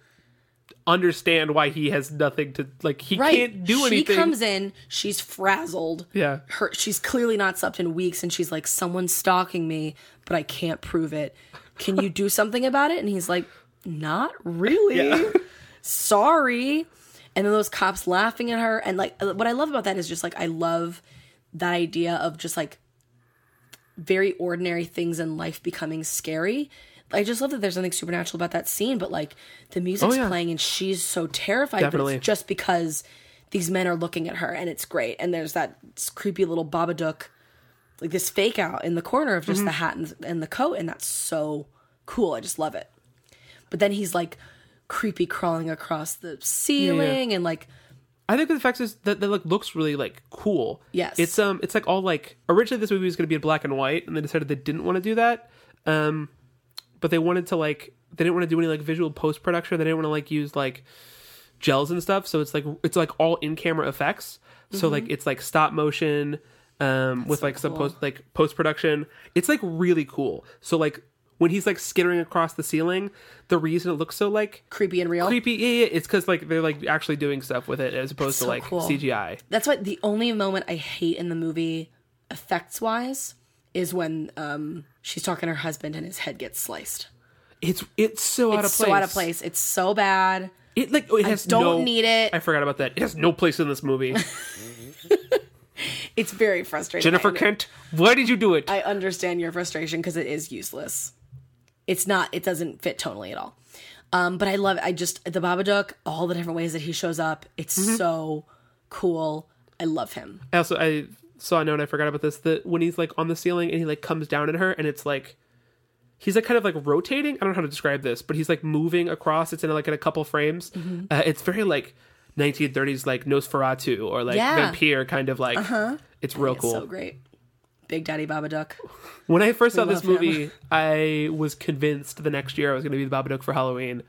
S1: understand why he has nothing to like. He
S2: right.
S1: can't do anything.
S2: She comes in, she's frazzled.
S1: Yeah.
S2: Her she's clearly not slept in weeks and she's like, Someone's stalking me, but I can't prove it. Can you do something about it? And he's like, Not really. Sorry. And then those cops laughing at her. And like what I love about that is just like I love that idea of just like very ordinary things in life becoming scary. I just love that there's nothing supernatural about that scene, but like the music's
S1: Oh, yeah.
S2: playing and she's so terrified. But
S1: Definitely.
S2: it's just because these men are looking at her and it's great. And there's that creepy little Babadook, like this fake out in the corner of just the
S1: Mm-hmm.
S2: hat and, and the coat. And that's so cool. I just love it. But then he's like creepy crawling across the ceiling and like,
S1: I think the fact is that that like looks really like cool.
S2: Yes.
S1: It's um it's like all like originally this movie was going to be in black and white and they decided they didn't want to do that. Um but they wanted to like they didn't want to do any like visual post production. They didn't want to like use like gels and stuff, so it's like it's like all in camera effects. So like it's like stop motion um with like some
S2: Mm-hmm. cool.
S1: post like post production. It's like really cool. So like when he's like skittering across the ceiling, the reason it looks so like
S2: creepy and real.
S1: creepy. Yeah, yeah. It's because like they're like actually doing stuff with it as opposed
S2: so
S1: to like
S2: cool.
S1: CGI.
S2: That's what the only moment I hate in the movie, effects wise, is when um, she's talking to her husband and his head gets sliced.
S1: It's it's so out
S2: It's
S1: of place.
S2: so out of place. It's so bad.
S1: It like oh, it has
S2: don't
S1: no-
S2: need it.
S1: I forgot about that. It has no place in this movie.
S2: It's very frustrating.
S1: Jennifer
S2: I-
S1: Kent, why did you do it?
S2: I understand your frustration because it is useless. It's not. It doesn't fit tonally at all. Um, but I love. I just the Babadook. All the different ways that he shows up. It's so cool. I love him.
S1: I also I saw a note. I forgot about this. That when he's like on the ceiling and he like comes down at her and it's like. He's like kind of like rotating. I don't know how to describe this, but he's like moving across. It's in like in a couple frames.
S2: Mm-hmm.
S1: Uh, it's very like 1930s, like Nosferatu or like
S2: Yeah. Uh-huh.
S1: Vampire kind of like. It's real cool.
S2: So great. Big Daddy Babadook.
S1: When I first saw this
S2: love him.
S1: movie, I was convinced the next year I was going to be the Babadook for Halloween.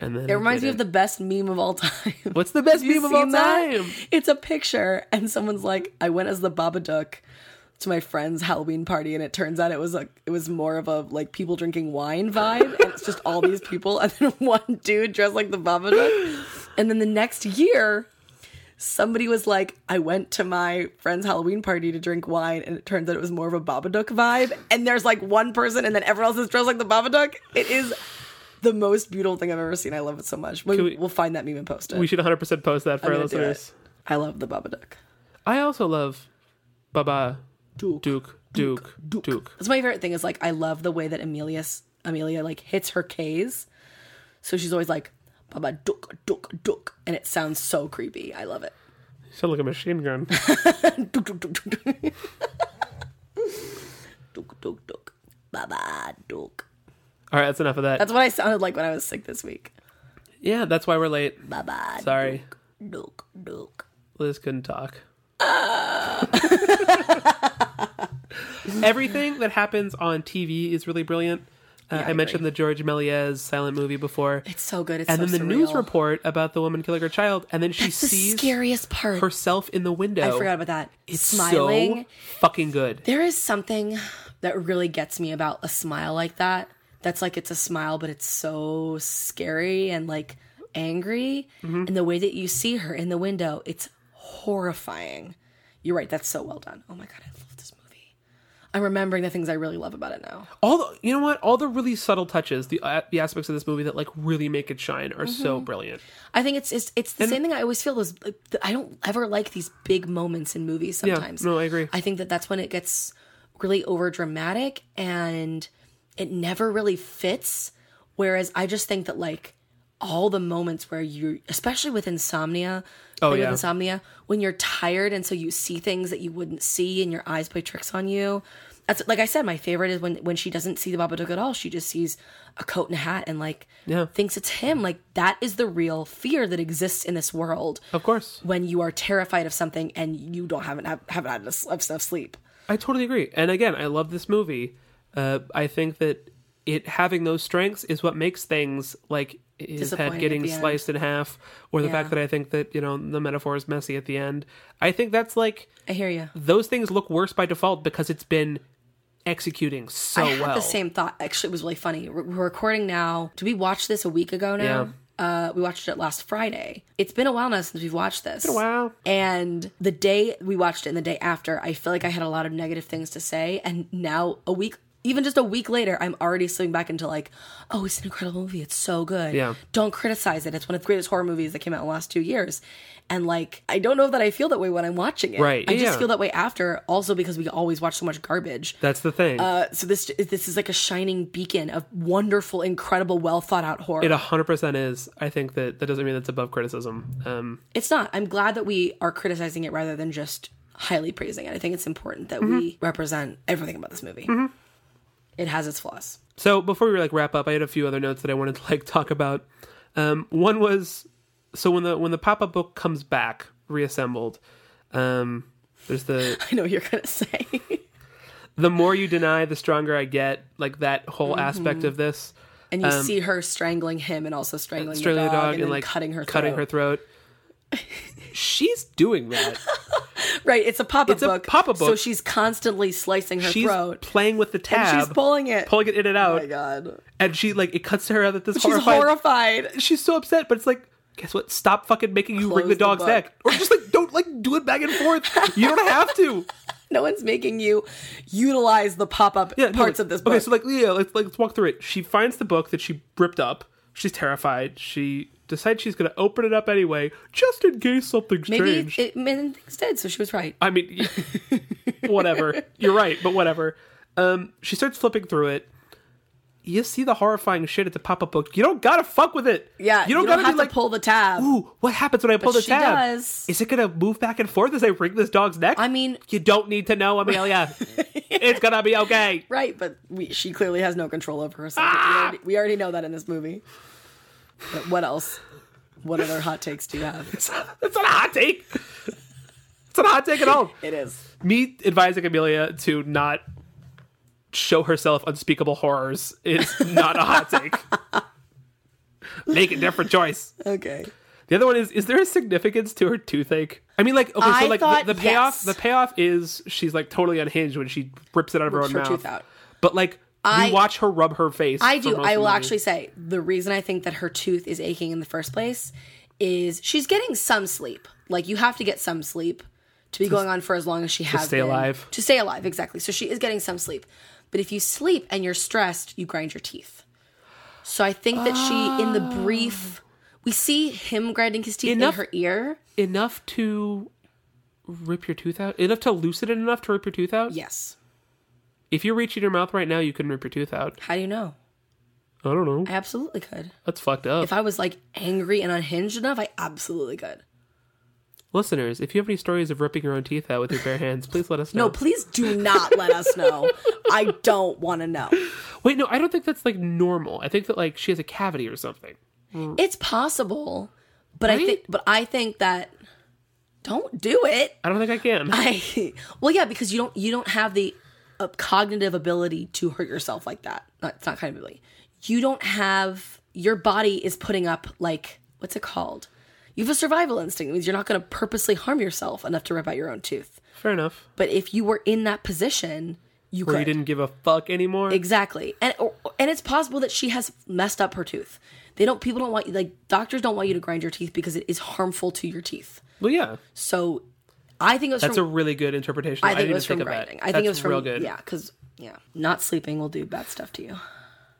S1: And then
S2: It reminds me of the best meme of all time.
S1: what's the best meme
S2: Have
S1: of
S2: you
S1: all
S2: seen that?
S1: time?
S2: It's a picture, and someone's like, "I went as the Babadook to my friend's Halloween party, and it turns out it was a, it was more of a like people drinking wine vibe, and it's just all these people, and then one dude dressed like the Babadook, and then the next year." Somebody was like, I went to my friend's Halloween party to drink wine, and it turns out it was more of a Babadook vibe. And there's like one person, and then everyone else is dressed like the Babadook. It is the most beautiful thing I've ever seen. I love it so much. We,
S1: we-
S2: will find that meme and post it.
S1: We should 100% post that for our
S2: gonna do
S1: listeners.
S2: I love the Babadook.
S1: I also love Baba
S2: Duke.
S1: Duke Duke Duke.
S2: That's my favorite thing is like I love the way that Amelia Amelia like hits her K's. So she's always like Baba Duke Duke Duke, and it sounds so creepy. I love it.
S1: You sound like a machine gun.
S2: Duke Duke Duke Duke Duke Duke Duke Baba Duke.
S1: all right, that's enough of that.
S2: That's what I sounded like when I was sick this week.
S1: yeah, that's why we're late.
S2: Baba
S1: Sorry,
S2: Duke Duke.
S1: Liz couldn't talk. Everything that happens on TV is really brilliant. Uh,
S2: Yeah, I
S1: I, mentioned the George Méliès silent movie before.
S2: It's so good. It's
S1: and
S2: so
S1: then the
S2: surreal.
S1: news report about the woman killing her child, and then she
S2: The
S1: sees
S2: scariest part.
S1: herself in the window.
S2: I forgot about that.
S1: It's
S2: smiling.
S1: so fucking good.
S2: There is something that really gets me about a smile like that. That's like it's a smile, but it's so scary and like angry.
S1: Mm-hmm.
S2: And the way that you see her in the window, it's horrifying. You're right. That's so well done. Oh my God, I love this movie. I'm remembering the things I really love about it now.
S1: all the, you know what all the really subtle touches the uh, the aspects of this movie that like really make it shine are so
S2: Mm-hmm.
S1: brilliant
S2: I think it's it's, it's the same thing I always feel is like, th- I don't ever like these big moments in movies
S1: yeah
S2: sometimes.
S1: no i agree
S2: I think that that's when it gets really over dramatic and it never really fits. Whereas I just think that like all the moments where you, especially with insomnia,
S1: Oh,
S2: thing with
S1: yeah.
S2: insomnia, when you're tired and so you see things that you wouldn't see and your eyes play tricks on you. That's like I said, my favorite is when when she doesn't see the Babadook at all. She just sees a coat and a hat and like
S1: Yeah.
S2: thinks it's him. Like that is the real fear that exists in this world
S1: of course
S2: when you are terrified of something and you don't haven't have, haven't had enough s- enough sleep.
S1: I totally agree. And again, I love this movie. Uh, I think that it having those strengths is what makes things like his
S2: Disappointing
S1: head
S2: at
S1: getting
S2: the end.
S1: sliced in half, or the
S2: Yeah.
S1: fact that I think that you know the metaphor is messy at the end. I think that's like
S2: I hear you.
S1: those things look worse by default because it's been executing so
S2: I had
S1: well.
S2: the same thought. Actually, it was really funny. We're we're recording now. Did we watch this a week ago now? Uh, we watched it last Friday. It's been a while now since we've watched this.
S1: Wow.
S2: And the day we watched it and the day after, I feel like I had a lot of negative things to say. And now, a week, even just a week later, I'm already slipping back into like, oh, it's an incredible movie. It's so good.
S1: Yeah.
S2: Don't criticize it. It's one of the greatest horror movies that came out in the last two years. And like, I don't know that I feel that way when I'm watching it.
S1: Right.
S2: I just
S1: Yeah.
S2: feel that way after, also because we always watch so much garbage.
S1: That's the thing.
S2: Uh, so this this is like a shining beacon of wonderful, incredible, well thought out horror.
S1: it hundred percent is. I think that that doesn't mean that's above criticism. Um,
S2: it's not. I'm glad that we are criticizing it rather than just highly praising it. I think it's important that we represent everything about this movie. It has its flaws.
S1: So before we like wrap up, I had a few other notes that I wanted to like talk about. Um, one was so when the when the pop up book comes back reassembled, um, there's the
S2: I know what you're gonna say.
S1: the more you deny, the stronger I get. Like that whole
S2: Mm-hmm.
S1: aspect of this
S2: and you see her strangling him and also
S1: Um,
S2: strangling,
S1: strangling
S2: the
S1: the
S2: dog,
S1: dog
S2: and,
S1: and,
S2: then
S1: like
S2: cutting her
S1: cutting her
S2: throat.
S1: throat. She's doing that.
S2: right. It's a pop up
S1: It's a
S2: book.
S1: pop-up
S2: So
S1: book.
S2: she's constantly slicing her
S1: She's
S2: throat.
S1: playing with the tab,
S2: she's pulling it.
S1: pulling it in and
S2: Oh
S1: out,
S2: my god.
S1: and she like it cuts to her out that this
S2: She's
S1: horrified
S2: horrified.
S1: she's so upset, but it's like, guess what? Stop fucking making you
S2: Close
S1: wring the
S2: the
S1: dog's
S2: book.
S1: neck, or just like don't like do it back and forth. You don't have to.
S2: No one's making you utilize the pop up
S1: Yeah, no,
S2: parts
S1: like-
S2: of this book.
S1: Okay, so like, yeah, let's like, let's walk through it. She finds the book that she ripped up. She's terrified. She decides she's gonna open it up anyway, just in case something
S2: Maybe
S1: strange.
S2: it meant things did, so she was right.
S1: I mean, whatever. You're right, but whatever. Um, she starts flipping through it. You see the horrifying shit at the pop-up book. You don't gotta fuck with it.
S2: Yeah,
S1: you don't, gotta be
S2: have
S1: like,
S2: to pull the tab.
S1: ooh, what happens when I pull the
S2: she
S1: tab?
S2: does.
S1: Is it gonna move back and forth as I wring this dog's neck?
S2: I mean-
S1: you don't need to know, Amelia. it's gonna be okay.
S2: Right, but we, she clearly has no control over herself. We, already, we already know that in this movie. But what else? What other hot takes do you have?
S1: It's not, it's not a hot take. It's not a hot take at all.
S2: It is.
S1: Me advising Amelia to not show herself unspeakable horrors is not a hot take. Make a different choice.
S2: Okay.
S1: The other one is: Is there a significance to her toothache? I mean, like, okay,
S2: I
S1: so like
S2: thought
S1: the, the payoff.
S2: yes.
S1: The payoff is she's like totally unhinged when she rips it out of her own
S2: Rips her
S1: mouth.
S2: tooth out.
S1: But like,
S2: I-
S1: we watch her rub her face.
S2: I
S1: for
S2: do.
S1: most
S2: I
S1: of
S2: will
S1: the movie.
S2: actually say the reason I think that her tooth is aching in the first place is she's getting some sleep. Like you have to get some sleep to be going on for as long as she has
S1: stay
S2: been.
S1: alive.
S2: To stay alive, exactly. So she is getting some sleep. But if you sleep and you're stressed, you grind your teeth. So I think that she, in the brief, we see him grinding his teeth
S1: Ah. Enough-
S2: in her ear.
S1: enough to rip your tooth out. Enough to loosen it enough to rip your tooth out.
S2: Yes.
S1: If you reach in your mouth right now, you can rip your tooth out.
S2: How do you know?
S1: I don't know.
S2: I absolutely could.
S1: That's fucked up.
S2: If I was like angry and unhinged enough, I absolutely could.
S1: Listeners, if you have any stories of ripping your own teeth out with your bare hands, please let us know.
S2: No, please do not let us know. I don't want to know.
S1: Wait, no, I don't think that's like normal. I think that like she has a cavity or something.
S2: It's possible, but I
S1: Right?
S2: think but I think that don't do it.
S1: I don't think I can.
S2: I well, yeah, because you don't you don't have the uh, cognitive ability to hurt yourself like that. Not, it's not kind of ability. You don't have your body is putting up like what's it called? You have a survival instinct. It means you're not going to purposely harm yourself enough to rip out your own tooth.
S1: Fair enough.
S2: But if you were in that position, you
S1: Where you
S2: could.
S1: didn't give a fuck anymore.
S2: Exactly, and or, and it's possible that she has messed up her tooth. They don't. People don't want you. Like doctors don't want you to grind your teeth because it is harmful to your teeth.
S1: well, yeah.
S2: So, I think it was
S1: That's a
S2: from.
S1: really good interpretation.
S2: I
S1: I, didn't
S2: think it
S1: even
S2: was from
S1: think of
S2: grinding.
S1: that.
S2: I think
S1: That's
S2: it was from.
S1: real good.
S2: Yeah, because yeah, not sleeping will do bad stuff to you.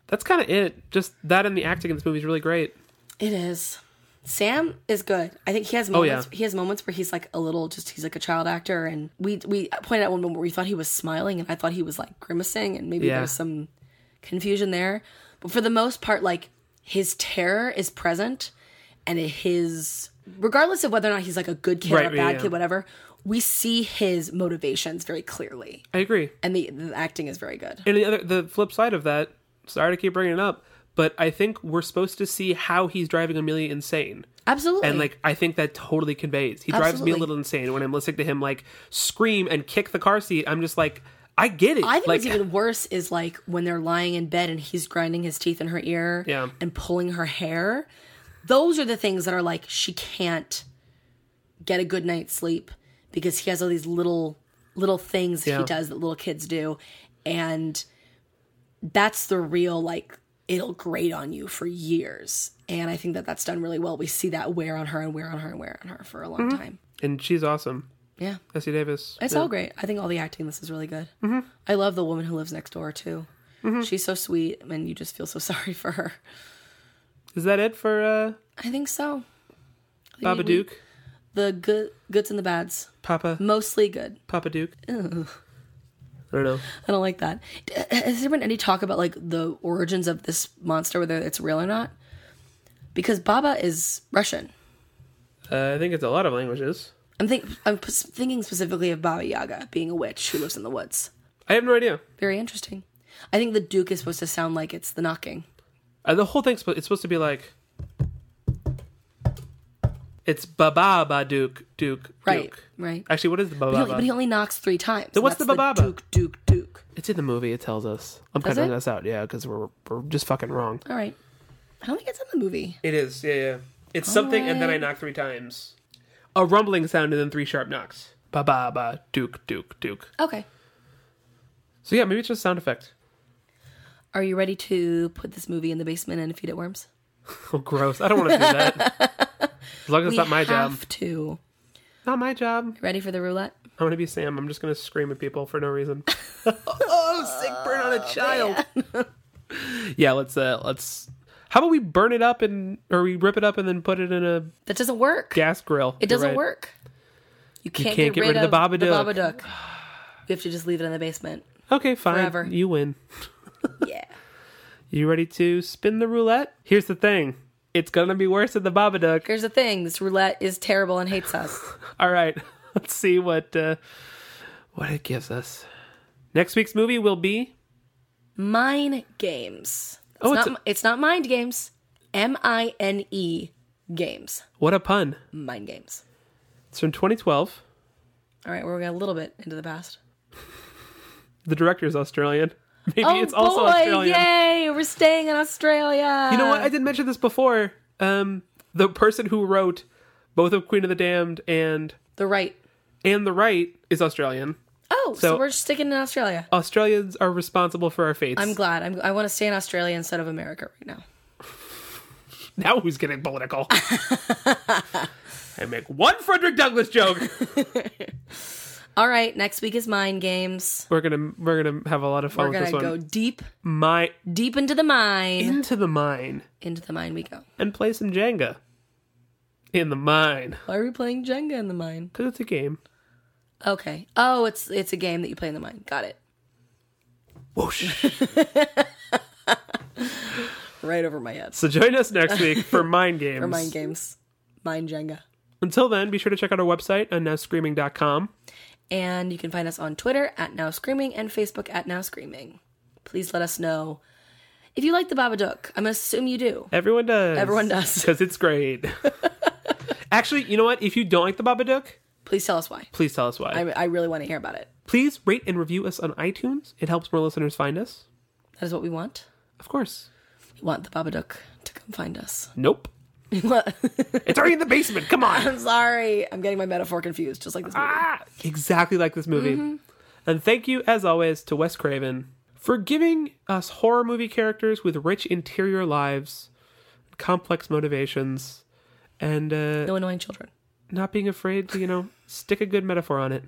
S1: That's kind of it. Just that and the acting in this movie is really great.
S2: It is. Sam is good. I think he has moments.
S1: Oh, yeah.
S2: He has moments where he's like a little, just he's like a child actor, and we we pointed out one moment where we thought he was smiling, and I thought he was like grimacing, and maybe
S1: Yeah.
S2: there was some confusion there. But for the most part, like his terror is present, and his regardless of whether or not he's like a good kid
S1: Right,
S2: or a bad
S1: yeah, yeah.
S2: kid, whatever, we see his motivations very clearly,
S1: I agree.
S2: and the, the acting is very good.
S1: And the other, the flip side of that, sorry to keep bringing it up, but I think we're supposed to see how he's driving Amelia insane.
S2: Absolutely,
S1: And like I think that totally conveys. He drives me a
S2: Absolutely.
S1: little insane when I'm listening to him like scream and kick the car seat. I'm just like, I get it.
S2: I think
S1: like,
S2: what's even worse is like when they're lying in bed and he's grinding his teeth in her ear
S1: Yeah.
S2: and pulling her hair. Those are the things that are like she can't get a good night's sleep because he has all these little little things
S1: Yeah.
S2: he does that little kids do and that's the real like it'll grate on you for years and i think that that's done really well we see that wear on her and wear on her and wear on her for a long
S1: Mm-hmm.
S2: time
S1: and she's awesome.
S2: yeah
S1: Essie Davis.
S2: it's all great. I think all the acting in this is really good. I love the woman who lives next door too. She's so sweet, and you just feel so sorry for her.
S1: Is that it for uh
S2: I think so. I think
S1: Papa
S2: we-
S1: Duke?
S2: The good, goods and the bads,
S1: Papa
S2: mostly good.
S1: Papa Duke? I don't know.
S2: I don't like that. D- Has there been any talk about like the origins of this monster, whether it's real or not? Because Baba is Russian.
S1: Uh, I think it's a lot of languages.
S2: I'm think I'm p- thinking specifically of Baba Yaga being a witch who lives in the woods.
S1: I have no idea.
S2: Very interesting. I think the Duke is supposed to sound like it's the knocking.
S1: Uh, the whole thing's it's supposed to be like it's Baba Duke Duke
S2: Right.
S1: Duke.
S2: Right.
S1: Actually, what is the
S2: He only- but
S1: Baba?
S2: he only knocks three times. and
S1: what's the
S2: that's
S1: bababa?
S2: Duke, Duke, Duke.
S1: It's in the movie. It tells us. I'm
S2: Does
S1: cutting
S2: it?
S1: this out, yeah, because we're we're just fucking wrong.
S2: All right. I don't think it's in the movie.
S1: It is, yeah, yeah. It's something, and then
S2: Oh.
S1: I knock three times. A rumbling sound, and then three sharp knocks. Ba ba ba, duke, duke, duke.
S2: Okay.
S1: So yeah, maybe it's just sound effect.
S2: Are you ready to put this movie in the basement and feed it worms?
S1: Oh, gross! I don't want to do that. As long as it's
S2: we
S1: not my
S2: have
S1: job.
S2: to.
S1: Not my job.
S2: Ready for the roulette?
S1: I want to be Sam. I'm just gonna scream at people for no reason. oh, sick burn on a child. yeah, let's uh, let's. How about we burn it up and or we rip it up and then put it in a
S2: That doesn't work.
S1: gas grill?
S2: it doesn't work. You can't,
S1: can't get rid of the Babadook.
S2: The Babadook. We have to just leave it in the basement.
S1: Okay, fine.
S2: Forever.
S1: You win.
S2: Yeah.
S1: You ready to spin the roulette? Here's the thing. It's gonna be worse than the Babadook.
S2: Here's the thing: this roulette is terrible and hates us.
S1: All right, let's see what uh, what it gives us. Next week's movie will be
S2: Mine games. It's
S1: Oh,
S2: not,
S1: it's a-
S2: m- it's not mind games. M I N E games.
S1: what a pun.
S2: Mind games.
S1: It's from 2012.
S2: All right, we're going a little bit into the past.
S1: The director is Australian. Maybe
S2: oh
S1: it's also
S2: boy!
S1: Australian.
S2: Yay, we're staying in Australia.
S1: You know what? I didn't mention this before. Um, the person who wrote both of Queen of the Damned and
S2: the right.
S1: and The Right is Australian.
S2: Oh, so,
S1: So-
S2: we're sticking in Australia.
S1: Australians are responsible for our fates.
S2: I'm glad. I'm, I want to stay in Australia instead of America right now.
S1: Now who's getting political? I make one Frederick Douglass joke.
S2: All right, next week is mind games.
S1: We're gonna we're gonna have a lot of fun
S2: We're
S1: with
S2: gonna
S1: Oh, this one.
S2: go deep,
S1: My
S2: deep into the mine.
S1: into the mine
S2: Into the mine we go.
S1: and play some Jenga. In the mine,
S2: Why are we playing Jenga in the mine?
S1: because it's a game.
S2: Okay. Oh, it's it's a game that you play in the mine. Got it.
S1: Whoosh.
S2: Right over my head.
S1: so join us next week for Mind Games.
S2: For mind games, mind Jenga.
S1: Until then, be sure to check out our website, unnowscreaming.com.
S2: And you can find us on Twitter at Now Screaming and Facebook at Now Screaming. Please let us know if you like the Babadook. I'm gonna assume you do.
S1: Everyone does.
S2: Everyone does.
S1: Because it's great. Actually, you know what? If you don't like the Babadook,
S2: Please tell us why.
S1: please tell us why.
S2: I, I really want to hear about it.
S1: Please rate and review us on iTunes. It helps more listeners find us.
S2: That is what we want.
S1: Of course.
S2: We want the Babadook to come find us.
S1: Nope. It's already in the basement. Come on.
S2: I'm sorry. I'm getting my metaphor confused, just like this movie.
S1: Ah, exactly like this movie.
S2: Mm-hmm.
S1: And thank you, as always, to Wes Craven for giving us horror movie characters with rich interior lives, complex motivations, and uh,
S2: No annoying children.
S1: not being afraid to, you know, stick a good metaphor on it.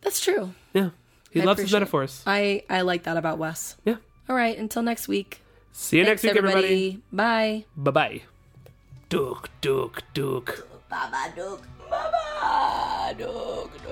S2: That's true.
S1: Yeah. He
S2: I
S1: loves his
S2: appreciate it.
S1: metaphors.
S2: I I like that about Wes.
S1: Yeah.
S2: All right, until next week.
S1: See you
S2: Thanks,
S1: next week, everybody.
S2: everybody. Bye.
S1: Bye bye. Duke, Duke, Duke.
S2: Baba Duke. Baba Duke.